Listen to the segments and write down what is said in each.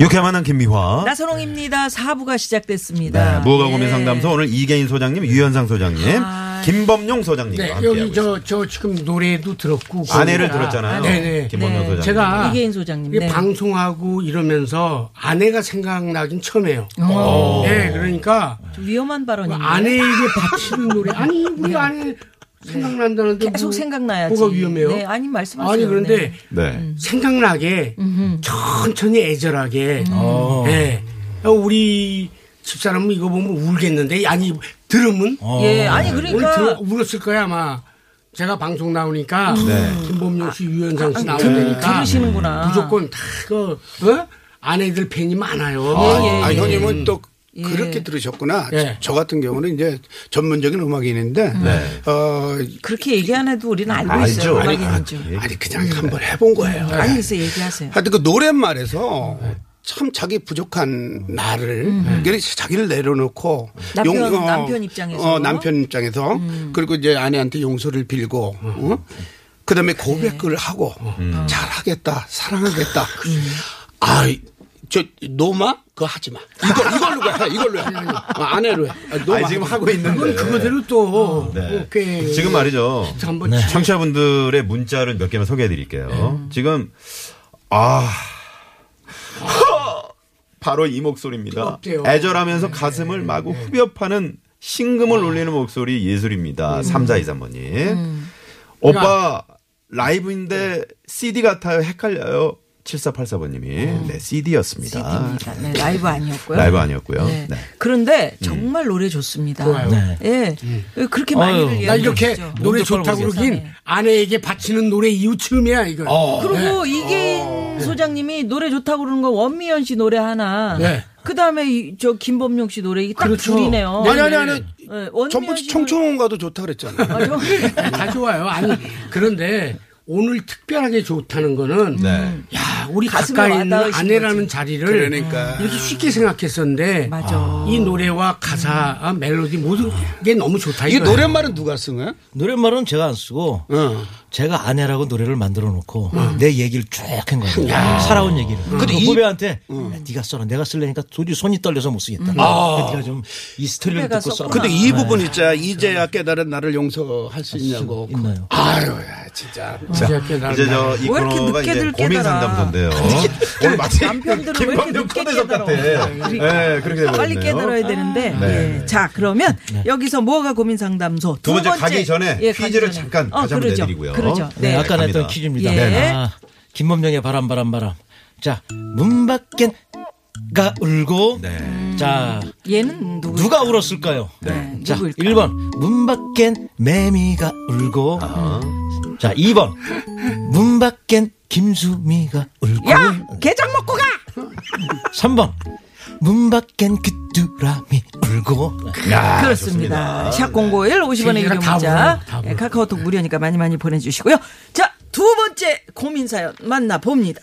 유쾌만한 어. 네. 김미화. 나선홍입니다. 사부가 시작됐습니다. 예. 네, 무허가 예. 고민 상담소 오늘 이계인 소장님, 유현상 소장님, 김범용 소장님과 아, 네, 함께 여기 하고 있습니다. 저, 저 지금 노래도 들었고. 아내를 그러니까 들었잖아요. 네네. 김범용 네. 소장님. 제가 이계인 소장님. 아, 이게 네. 방송하고 이러면서 아내가 생각나긴 처음이에요. 어. 네, 그러니까 좀 위험한 발언이네요. 어, 아내에게 바치는 노래. 아니, 우리 아내 생각난다는데. 네. 계속 뭐- 생각나야지. 뭐가 위험해요? 네, 아니, 말씀하세요. 아니, 그런데 음. 네. 네. 생각나게 천천히 애절하게. 음. 어. 네. 우리 집사람은 이거 보면 울겠는데, 아니, 들으면. 어. 예, 아니 오늘 들어, 그러니까 울었을 거야 아마. 제가 방송 나오니까 음. 네. 김범용 씨, 유현상 씨 나오니까 아, 그 들으시는구나. 아, 무조건 다그 어? 아내들 팬이 많아요. 뭐 아, 예, 아, 예. 형님은 또 예. 그렇게 들으셨구나. 예. 저 같은 경우는 이제 전문적인 음악인인데, 네. 어, 그렇게 얘기 안 해도 우리는 알고 있어요. 알죠. 음악인 아, 줄. 예. 아니, 그냥 한번 해본 거예요. 아니 그래서 얘기하세요. 하여튼 그 노랫말에서 참 자기 부족한 나를 그러니까 자기를 내려놓고 음. 남편, 남편 입장에서. 음. 어, 남편 입장에서 그리고 이제 아내한테 용서를 빌고 어? 그다음에 네. 고백을 하고 음. 어. 잘하겠다 아, 사랑하겠다 음. 아저 노마 그거 하지 마 이걸 이걸로 가 이걸로 해 어, 아내로 해 아, 노마 아니, 지금 하고 있는데. 네. 그건 그거대로 또 어, 네. 꽤 지금 말이죠. 한번 네. 청취자분들의 문자를 몇 개만 소개해 드릴게요. 지금, 아. 바로 이 목소리입니다. 뜨겁대요. 애절하면서 가슴을 마구 후벼 파는 신금을 울리는 목소리 예술입니다. 3423번님. 오빠, 라이브인데 CD 같아요. 헷갈려요. 7484번님이. 네, CD였습니다. CD입니다. 네, 라이브 아니었고요. 라이브 아니었고요. 네. 네. 그런데 정말 노래 좋습니다. 좋아요. 예. 그렇게 많이들 나 얘기해 이렇게 주시죠. 노래 좋다고 그러긴 네. 아내에게 바치는 노래 이유 처음이야 이거. 어, 네. 그리고 어. 이계인 소장님이 노래 좋다고 그러는 거 원미연 씨 노래 하나. 네. 그 다음에 저 김범용 씨 노래 이게 딱 그렇죠. 둘이네요. 아니 아니 아니 예, 원미연 전부 씨 노래- 청청가도 좋다 그랬잖아요. 아, 저- 다 좋아요. 아니 그런데 오늘 특별하게 좋다는 거는 네. 야 우리 가슴에 가까이 있는 와닿으신 아내라는 거지. 자리를 그러니까. 이렇게 쉽게 생각했었는데 맞아. 이 노래와 가사, 아, 멜로디 모든 게 너무 좋다. 이게 이거야. 노랫말은 누가 어. 쓰는 노랫말은 제가 안 쓰고 거야? 제가 아내라고 노래를 만들어 놓고 내 얘기를 쭉 한 거예요. 살아온 얘기를. 근데 후배한테 야, 네가 써라. 내가 쓸래니까 도저히 손이 떨려서 못 쓰겠다. 그러니까 네가 좀 이 스토리를 후배가 듣고 써라. 썼구나. 근데 이 부분 네. 있자 이제야 깨달은 나를 용서할 수 있냐고. 있나요? 아유, 야, 진짜. 이제 깨달은 이제 저 이 왜 이렇게 코너가 늦게들 이제 고민 깨달아. 상담소인데요. 오늘 마치 남편들은 왜 이렇게 김범용 늦게 초대석 깨달아? 그러니까. 같아. 네, 그렇게 되버렸네요. 빨리 깨달아야 되는데. 네. 예. 자, 그러면 여기서 무허가 고민 상담소 두, 두 번째 가기 전에 예, 퀴즈를 가기 전에. 잠깐 다시 한번 그러죠. 내드리고요. 그러죠. 네, 네. 아까 갑니다. 냈던 퀴즈입니다. 예. 아, 김범정의 바람 바람 바람. 자, 문 밖엔 가 울고 네. 자, 얘는 누구? 누가 울었을까요? 네, 자, 누구일까요? 1번 문 밖엔 매미가 울고 아. 자, 2번 문 밖엔 김수미가 울고 야, 게장 먹고 가. 3번 문 밖엔 귀뚜라미 울고 아, 그렇습니다. 샵 공고일 50원의 유료 제가 다 문자. 불러, 다 불러. 예, 카카오톡 무료니까 많이 많이 보내주시고요. 자, 두 번째 고민 사연 만나봅니다.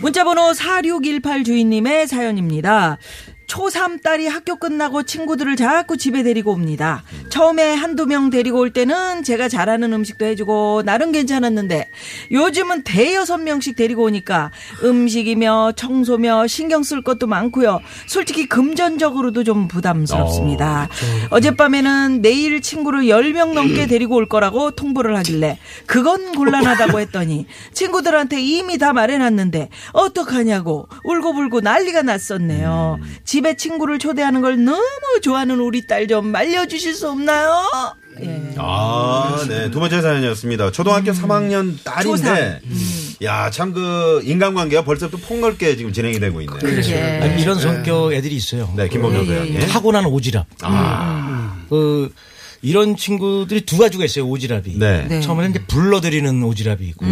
문자번호 4618 주인님의 사연입니다. 초3 딸이 학교 끝나고 친구들을 자꾸 집에 데리고 옵니다. 처음에 한두 명 데리고 올 때는 제가 잘하는 음식도 해주고 나름 괜찮았는데 요즘은 대여섯 명씩 데리고 오니까 음식이며 청소며 신경 쓸 것도 많고요. 솔직히 금전적으로도 좀 부담스럽습니다. 어, 어젯밤에는 내일 친구를 10명 넘게 데리고 올 거라고 통보를 하길래 그건 곤란하다고 했더니 친구들한테 이미 다 말해놨는데 어떡하냐고 울고불고 난리가 났었네요. 음. 집에 친구를 초대하는 걸 너무 좋아하는 우리 딸 좀 말려주실 수 없나요? 예. 아, 네. 두 번째 사연이었습니다. 초등학교 음. 3학년 딸인데, 야, 참 그, 인간관계가 벌써부터 폭넓게 지금 진행이 되고 있네요. 그렇죠. 아, 예, 이런 성격 애들이 있어요. 네, 김범용 소장님. 아. 타고난 오지랖. 그 이런 친구들이 두 가지가 있어요 오지랖이. 네. 네. 음. 처음에는 이제 불러들이는 오지랖이 있고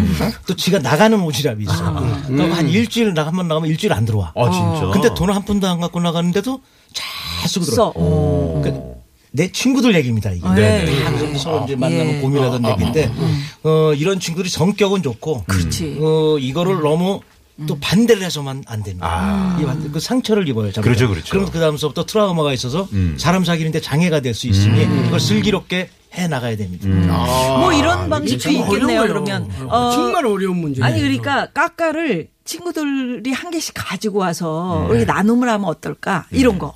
또 지가 나가는 오지랖이 있어. 요 아. 그러니까 한 일주일 나 한 번 나가면 일주일 안 들어와. 아 진짜. 근데 돈 한 푼도 안 갖고 나가는데도 잘 쓰고 들어. 그 써. 내 친구들 얘기입니다. 이게. 네. 항상 서로 이제 만나면 예. 아, 고민하던 얘기인데 어, 이런 친구들이 성격은 좋고 음. 그렇지. 음. 어, 이거를 너무 또 반대를 해서만 안 됩니다. 아. 이 반대- 그 상처를 입어요. 잠깐. 그렇죠, 그렇죠. 그럼 그 다음서부터 트라우마가 있어서 사람 사귀는데 장애가 될 수 있으니 음. 이걸 슬기롭게 해 나가야 됩니다. 뭐 이런 방식도 아, 참 있겠네요. 어려워요. 그러면 어, 정말 어려운 문제예요. 아니 그러니까 까까를 친구들이 한 개씩 가지고 와서 이렇게 나눔을 하면 어떨까 이런 거.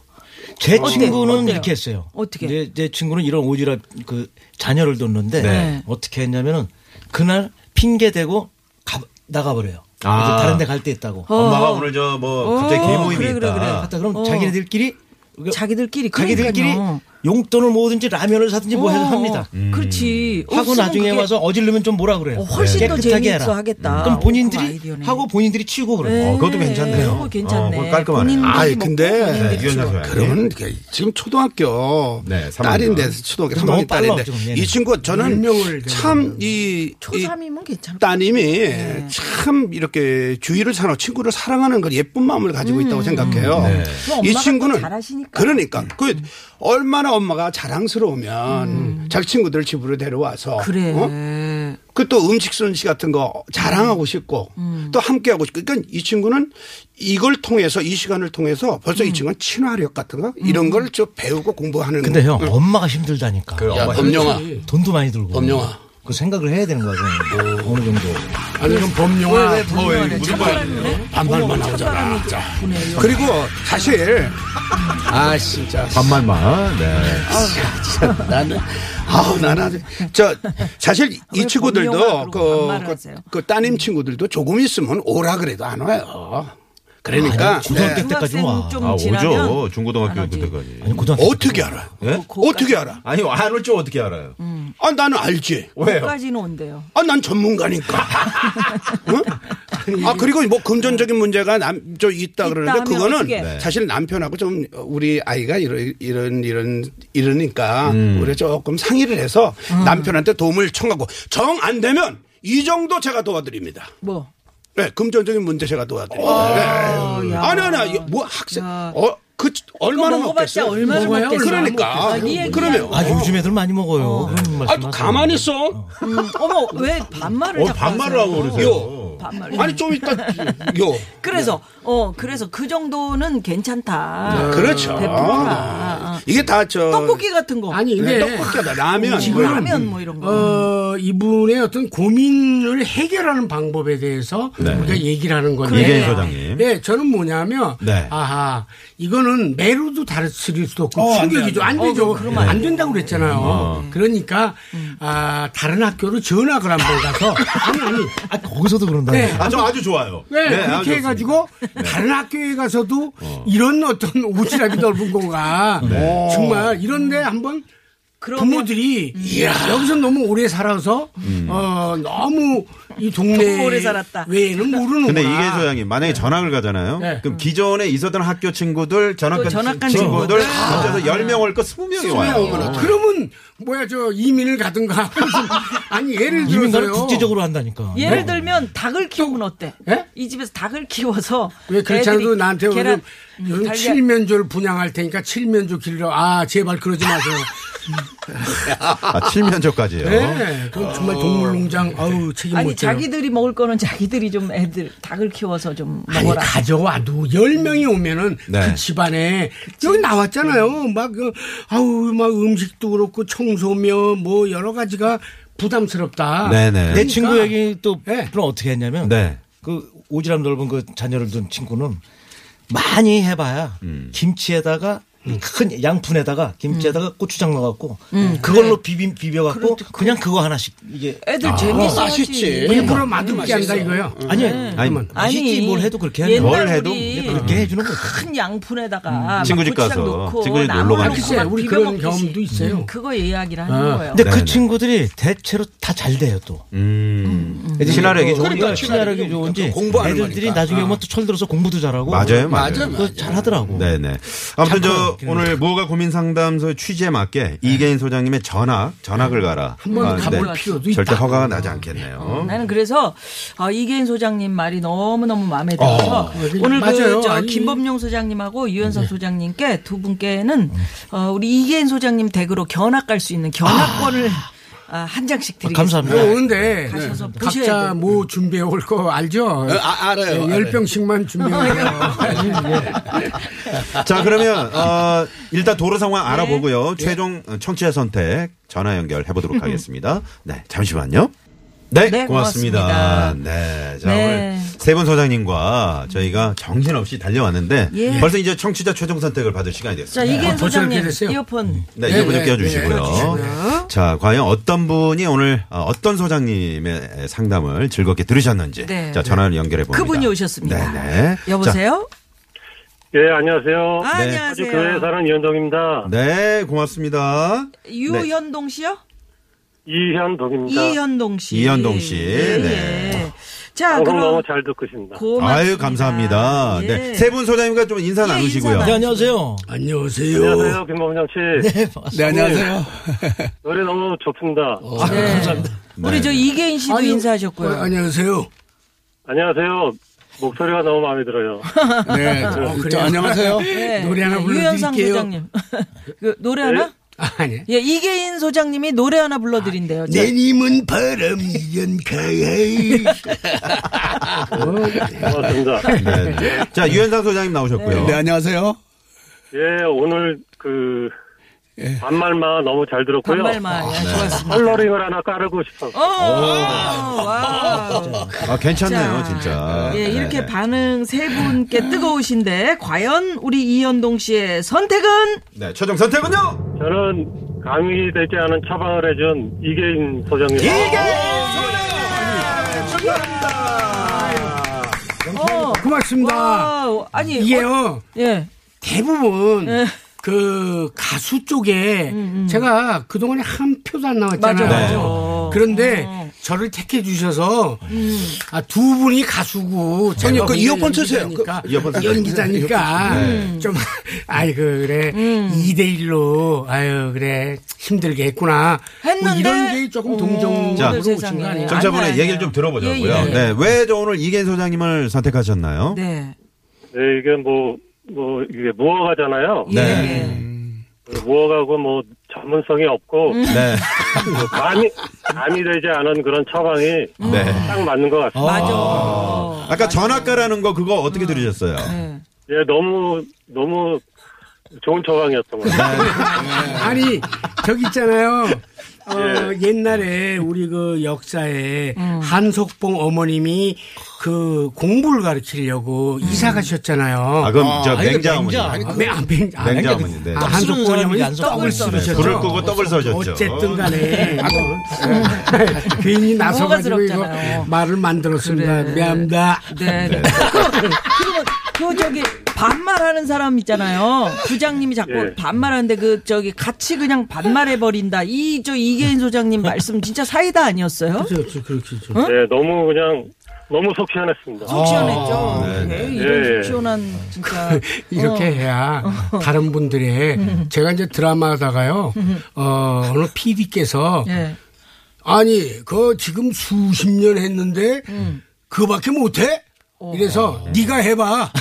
제 어때요? 친구는 어때요? 이렇게 했어요. 어떻게? 내, 내 친구는 이런 오지랖 그 자녀를 뒀는데 네. 어떻게 했냐면은 그날 핑계 대고 가- 나가버려요. 아. 이제 다른 데 갈 데 있다고. 엄마가 오늘 저 뭐 갑자기 어, 개모임이 그래, 그래, 있다. 그래. 갔다 그럼 어. 자기네들끼리 그 그러니까 자기들끼리 자기들끼리 그러니까요. 용돈을 모으든지 라면을 사든지 뭐 해서 어, 합니다. 그렇지. 하고 없으면 나중에 그게 와서 어지르면 좀 뭐라 그래요. 네. 어, 훨씬 더 깨끗하게 재미있어 해라. 하겠다. 그럼 어, 그거 본인들이 아이디어네. 하고 본인들이 치우고 그래요. 네. 어, 그것도 괜찮네요. 그거 괜찮네. 어, 그거 깔끔하네. 본인들이 아이, 먹고 근데 네, 본인들이 유연자 주고. 네. 소야. 그러면 지금 초등학교 네, 삼학년. 딸인데 초등학교 너무 3학년 딸인데 빨라, 지금 얘는. 네. 이 친구 가 저는 운명을 참이 초삼이면 네. 괜찮아. 따님이 참 이렇게 주위를 사는 친구를 사랑하는 그 예쁜 마음을 가지고 있다고 음. 생각해요. 네. 그럼 이 엄마가 친구는 또 잘하시니까. 그러니까 그 얼마나 엄마가 자랑스러우면 자기 친구들 집으로 데려와서 음. 그래. 어? 그 또 음식 손씨 같은 거 자랑하고 싶고 음. 또 함께 하고 싶고 그러니까 이 친구는 이걸 통해서 이 시간을 통해서 벌써 음. 이 친구는 친화력 같은 거 이런 걸 좀 배우고 공부하는 근데 형 응. 엄마가 힘들다니까. 그 야 엄마 범영아 돈도 많이 들고. 법령화. 그 생각을 해야 되는 거야. 그건. 어느 정도. 아니 그럼 범용화 반말만 하잖아 자. 그리고 사실 아 진짜 반말만. 네. 아, 나는 아우 나는 아주- 저 사실 아, 왜 이 친구들도 법령화 그러고 그, 반말을 그, 하세요? 음. 그 따님 친구들도 조금 있으면 오라 그래도 안 와요. 그러니까 중학교 네. 때까지 중학생 와. 좀- 아 지나면 오죠. 중고등학교 안 하지. 그때까지. 아니 고등학교 네. 어떻게 알아? 예? 뭐, 어떻게 알아? 아니 안 올 줄 어떻게 알아요? 음. 아 나는 알지. 왜요? 까지는 온대요. 아 난 전문가니까. 응? 아 그리고 뭐 금전적인 문제가 남저 있다 있다 그러는데 하면 그거는 어떡해? 네. 사실 남편하고 좀 우리 아이가 이런 이런 이런 이러니까 우리 가 조금 상의를 해서 음. 남편한테 도움을 청하고 정 안 되면 이 정도 제가 도와드립니다. 뭐. 네, 금전적인 문제 어, 제가 도와드립니다. 네. 아니 아니 아니 뭐 학생 어 그 얼마나 그거 먹어봤자 먹겠어요? 얼마나 먹어요? 먹겠어. 그러니까 아, 네 그러면 아 요즘 애들 많이 먹어요. 그런 아 말씀하세요. 가만히 있어. 음, 어머 왜 반말을 어 자꾸 반말을 하세요? 하고 그러세요. 요. 반말. 아니 좀 이따 요. 그래서 네. 어 그래서 그 정도는 괜찮다. 그렇죠. 베풀어라. 이게 다 저 아, 떡볶이 같은 거. 아, 아니 네, 근데 떡볶이다 라면 네. 지금 뭐야. 라면 뭐 이런 거. 어, 이분의 어떤 고민을 해결하는 방법에 대해서 우리가 얘기를 하는 건데. 네. 이계인 소장님. 네, 저는 뭐냐면, 네. 아하, 이거는 매로도 다스릴 수도 없고, 충격이죠. 어, 안, 되죠. 네. 안 된다고 그랬잖아요. 어. 그러니까, 아, 다른 학교로 전학을 한번 가서, 아니, 아니, 아 거기서도 그런다. 네. 아 저 아주 좋아요. 네, 아주 그렇게 좋습니다. 해가지고 다른 학교에 가서도 이런 어떤 오지랖이 넓은 거가 어. 어. 정말 이런데 한번 부모들이 여기서 너무 오래 살아서 어 너무 이 동네 너무 오래 살았다. 외에는 모르는 근데 거야. 이계인 소장님 만약에 전학을 가잖아요. 아. 네. 그럼 기존에 있었던 학교 친구들 전학 간 또 전학 간 친구들 친구들. 합쳐서 10명 올거 20명이 와요. 그러면 뭐야 저 이민을 가든가 아니 예를 이민 가를 들어서요. 국제적으로 한다니까. 예를 들면 닭을 키우면 어때? 네? 예? 이 집에서 닭을 키워서 왜 그렇지 애들이 않아도 나한테 계란, 음, 요즘, 요즘 달걀. 칠면조를 분양할 테니까 칠면조 길러 아 제발 그러지 마세요. 아, 7면조까지요. 네, 그럼 정말 동물농장 아우 책임 아니 못 져요. 자기들이 먹을 거는 자기들이 좀 애들 닭을 키워서 좀 아니 먹어라. 가져와도 열 명이 오면은 네. 그 집안에 여기 나왔잖아요. 막 그, 아우 막 음식도 그렇고 청소며 뭐 여러 가지가 부담스럽다. 그러니까 네네. 내 친구 얘기 또 네. 그럼 어떻게 했냐면 네. 그 오지랖 넓은 그 자녀를 둔 친구는 많이 해봐야 김치에다가 음. 큰 양푼에다가 김치에다가 고추장 넣어갖고 네. 그걸로 비빔 비벼갖고 그냥 그거 하나씩 이게 아, 애들 아, 재밌어. 맛있지. 일부러 음, 맛없게 한다 이거예요. 아니 아니, 맛있지 뭘 해도 그렇게 하냐. 옛날 뭘 해도 우리 이제 그렇게 해주는 거야. 큰 양푼에다가 친구 집 고추장 가서 넣고 친구 집 나물 놀러 가니까. 넣고 음. 아, 글쎄, 막 우리 음. 비벼 그런 먹듯이. 경험도 있어요. 어. 음, 그거 이야기를 하는 거예요. 근데 네네. 그 친구들이 대체로 다 잘 돼요 또. 음. 친화력이 좋으니까. 그러니까 친화력이 좋은지 그러니까 공부하는 애들들이 거니까. 나중에 오면 또 철들어서 공부도 잘하고 맞아요, 네. 맞아요. 맞아요. 그 잘하더라고. 네네. 아무튼 저 그래서 오늘 무허가 고민 상담소 취지에 맞게 이계인 소장님의 전학, 전학을 네. 가라. 한번 아, 근데 가볼 필요도 있다. 절대 허가가 나지 음, 않겠네요. 나는 그래서 아, 이계인 소장님 말이 너무 너무 아, 마음에 들어서 오늘 맞아요. 그저 아니. 김범용 소장님하고 유현석 네. 소장님께 두 분께는 어, 우리 이계인 소장님 댁으로 견학 갈 수 있는 견학권을 아, 한 장씩 드리겠습니다. 감사합니다. 음. 네. 오는데 음, 가셔서 보셔야 어, 각자 돼요. 뭐 준비해 올 거 알죠? 예, 아, 알아요. 열 병씩만 준비해요. 자, 그러면, 어, 일단 도로 네. 상황 알아보고요. 최종 청취자 선택 전화 연결해 보도록 하겠습니다. 네, 잠시만요. 네, 음. 네, 고맙습니다. 고맙습니다. 네, 자, 네. 오늘 세 분 소장님과 저희가 정신없이 달려왔는데 예. 벌써 이제 청취자 최종 선택을 받을 네, 아, 시간이 됐습니다. 자, 이계인 어, 벌써 이렇게 소장님 됐어요? 이어폰 네, 네, 이분좀 네, 네, 껴주시고요. 껴주시고요. 자, 과연 어떤 분이 오늘 어, 어떤 소장님의 상담을 즐겁게 들으셨는지 네. 자 전화를 연결해 봅니다. 그분이 오셨습니다. 네네. 여보세요? 예, 안녕하세요. 아, 네. 안녕하세요. 교회 그 사랑 이현동입니다. 자, 네, 고맙습니다. 네. 유현동 씨요? 이현동입니다. 이현동 씨. 이현동 씨. 예, 네. 예. 자, 방송 그럼 어, 너무 잘 듣고 있습니다. 고맙습니다. 아유 감사합니다. 예. 네, 세 분 소장님과 좀 인사 예, 나누시고요. 인사 네, 안녕하세요. 안녕하세요. 안녕하세요, 어, 김범정 씨. 네, 네, 안녕하세요. 노래 너무 좋습니다. 네. 우리 네, 저 네. 이계인 씨도 아니, 인사하셨고요. 어, 안녕하세요. 안녕하세요. 목소리가 너무 마음에 들어요. 네, 저, 저 안녕하세요. 네. 어, 노래 하나 네, 유현상 불러드릴게요. 소장님. 그 노래 하나? 네. 아니. 예, 이계인 소장님이 노래 하나 아, 불러드린대요. 네. 자, 내님은 바람이 연카이. 고맙습니다. 네, 예. 네. 자 유현상 소장님 나오셨고요. 네, 안녕하세요. 예, 오늘 그 반말만 너무 잘 들었고요. 반말만. 아, 네. 예, 좋았습니다. 컬러링을 하나 깔고 싶어. 어, 와. 아 괜찮네요, 자. 진짜. 예, 아, 네, 이렇게 네. 반응 세 분께 뜨거우신데, 과연 우리 이현동 씨의 선택은? 네, 최종 선택은요. 저는 강의 되지 않은 처방을 해준 이계인 소장님. 어, 고맙습니다. 와, 아니. 어, 아, 이게요. 예. 대부분 예. 그 가수 쪽에 제가 그동안에 한 표도 안 나왔잖아요. 음, 맞아, 어. 맞아. 네. 그런데 저를 택해 주셔서 음. 아, 두 분이 가수고 아니, 제가 그 이어폰 쓰세요. 네. 연기자니까, 그 이어폰 쓰세요. 연기자니까 좀 아이 그 그래 음. 이 대일로 아유 그래 힘들게 했구나 뭐 했는데 어, 이런 게 조금 자, 동정으로 오신 세상에. 거 아니에요? 자, 네, 아니요, 정자분의 아니요. 얘기를 좀 들어보자고요. 예, 예. 네, 왜 저 오늘 이계인 소장님을 선택하셨나요? 네. 네, 이게 뭐, 뭐, 이게 무허가잖아요. 예. 무허가고 뭐, 전문성이 없고, 예. 네, 뭐 간이, 간이 되지 않은 그런 처방이 네. 딱 맞는 것 같습니다. 맞아. 아까 전학가라는 거 그거 어떻게 들으셨어요? 예. 예, 너무, 너무 좋은 처방이었던 것 같아요. 아니 저기 있잖아요. 어, 옛날에 우리 그 역사에 한석봉 어머님이 그 공부를 가르치려고 이사 가셨잖아요. 음. 아, 그럼 저 아, 이거 냉자 어머니. 냉자. 아, 아니, 그- 맹- 아, 맹- 아, 냉자 그러니까 어머니인데. 아, 한석봉 쓰는 어머니 사람이 떡을 네, 안 쓰셨죠. 불을 끄고 떡을 써셨죠. 네. 어쨌든 간에 뭐, 예. 괜히 나서가지고 이거 호가스럽잖아요. 말을 만들었습니다. 그래. 미안합니다. 네. 네. 그리고 그 저기 반말하는 사람 있잖아요. 부장님이 자꾸 예. 반말하는데 그 저기 같이 그냥 반말해 버린다. 이 저 이계인 소장님 말씀 진짜 사이다 아니었어요? 그렇죠, 그렇죠. 그렇죠. 예, 너무 그냥, 너무 속 시원했습니다. 속 시원했죠. 네, 네. 에이, 이런 예. 속 시원한 진짜 이렇게 어. 해야 다른 분들의 음. 제가 이제 드라마하다가요 어, 어느 PD께서 예. 아니, 그 지금 수십 년 했는데 음. 그거밖에 못해? 어. 이래서 네가 해봐.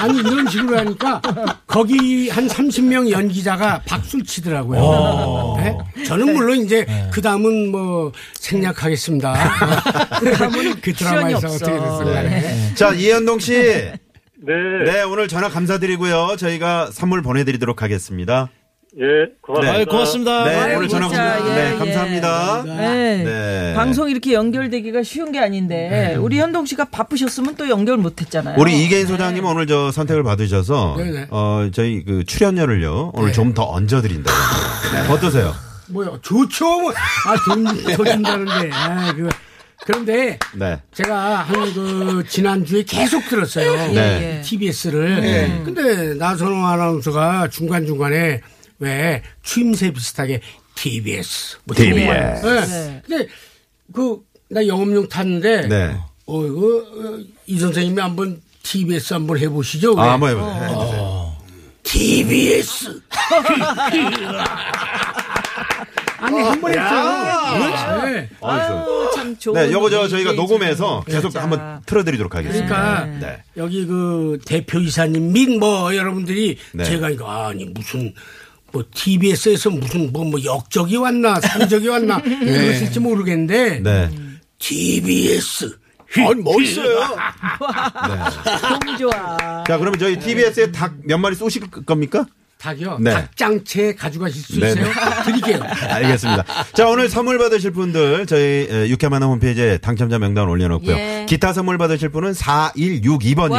아니 이런 식으로 하니까 거기 한 30명 연기자가 박수를 치더라고요. 네? 저는 물론 이제 그 다음은 뭐 생략하겠습니다. 그 다음은 그 드라마에서 없어. 네. 어떻게 네. 됐을까. 자, 이현동 씨. 네, 네, 오늘 전화 감사드리고요. 저희가 선물 보내드리도록 하겠습니다. 예, 고맙습니다. 아유, 고맙습니다. 네, 아이고, 오늘 전화 진짜, 예, 감사합니다. 네, 예. 감사합니다. 네. 네. 방송 이렇게 연결되기가 쉬운 게 아닌데 우리 현동 씨가 바쁘셨으면 또 연결 못 했잖아요. 우리 이계인 소장님 오늘 저 선택을 받으셔서 네네. 어 저희 그 출연료를요 오늘 좀 더 얹어드린다고 합니다. 네, 어떠세요? 뭐요? 좋죠. 뭐. 아, 돈, 더 준다는데. 아, 그. 그런데 네. 제가 한 그 지난주에 계속 들었어요. 네. TBS를. 예. 근데 나선호 아나운서가 중간중간에 왜 추임새 비슷하게 TBS. 뭐 TBS. 이런 거. 네. 네. 근데 그 나 영업용 탔는데 네. 어 이거 어, 이 선생님이 한번 TBS 한번 해보시죠. 아, 네. 왜? 한번 해보세요. 해주세요. TBS. 아니 한 번 했어요. 네. 아유, 참 좋은 네, 요거 저 저희가 DJ죠. 녹음해서 계속 진짜. 한번 틀어드리도록 하겠습니다. 그러니까 네. 여기 그 대표 이사님 및 뭐 여러분들이 네. 제가 이거 아니 무슨 뭐 TBS에서 무슨 뭐, 뭐 역적이 왔나 상적이 왔나 그러실지 모르겠는데 네. 뭐 TBS 아니 뭐 멋있어요. 너무 좋아. 자, 그러면 저희 TBS에 닭 몇 마리 쏘실 겁니까? 닭이요 네. 닭장채 가져가실 수 네, 있어요 네. 드릴게요 알겠습니다. 자, 오늘 선물 받으실 분들 저희 에, 유쾌한 만남 홈페이지에 당첨자 명단 올려놓고요. 예. 기타 선물 받으실 분은 4162번님께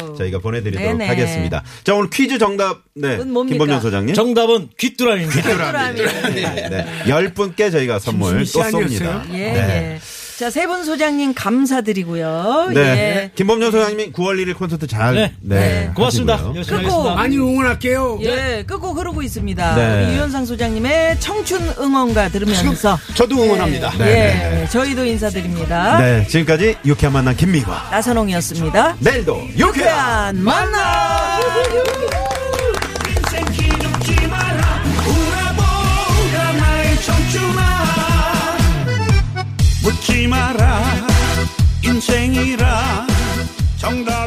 와우. 저희가 보내드리도록 네네. 하겠습니다. 자, 오늘 퀴즈 정답 네, 그건 뭡니까? 김범준 소장님. 정답은 귀뚜라미입니다. 사람이. 네, 열 분께 저희가 선물 또 김수미 씨 쏩니다. 아니었어요? 예, 예. 자, 세 분 소장님 감사드리고요. 네. 예. 김범준 소장님이 9월 1일 콘서트 잘. 네. 네, 고맙습니다. 네. 하시고요. 열심히 끝곡. 하겠습니다. 많이 응원할게요 예, 끄고 흐르고 있습니다. 네. 우리 유현상 소장님의 청춘 응원가 들으면서 저도 응원합니다. 예, 저희도 인사드립니다. 네, 지금까지 유쾌한 만남 김미화. 나선홍이었습니다. 내일도 유쾌한! 유쾌한 만남! 인생 기죽지 마라 울어보라 나의 청춘아 묻지 마라 인생이라 정답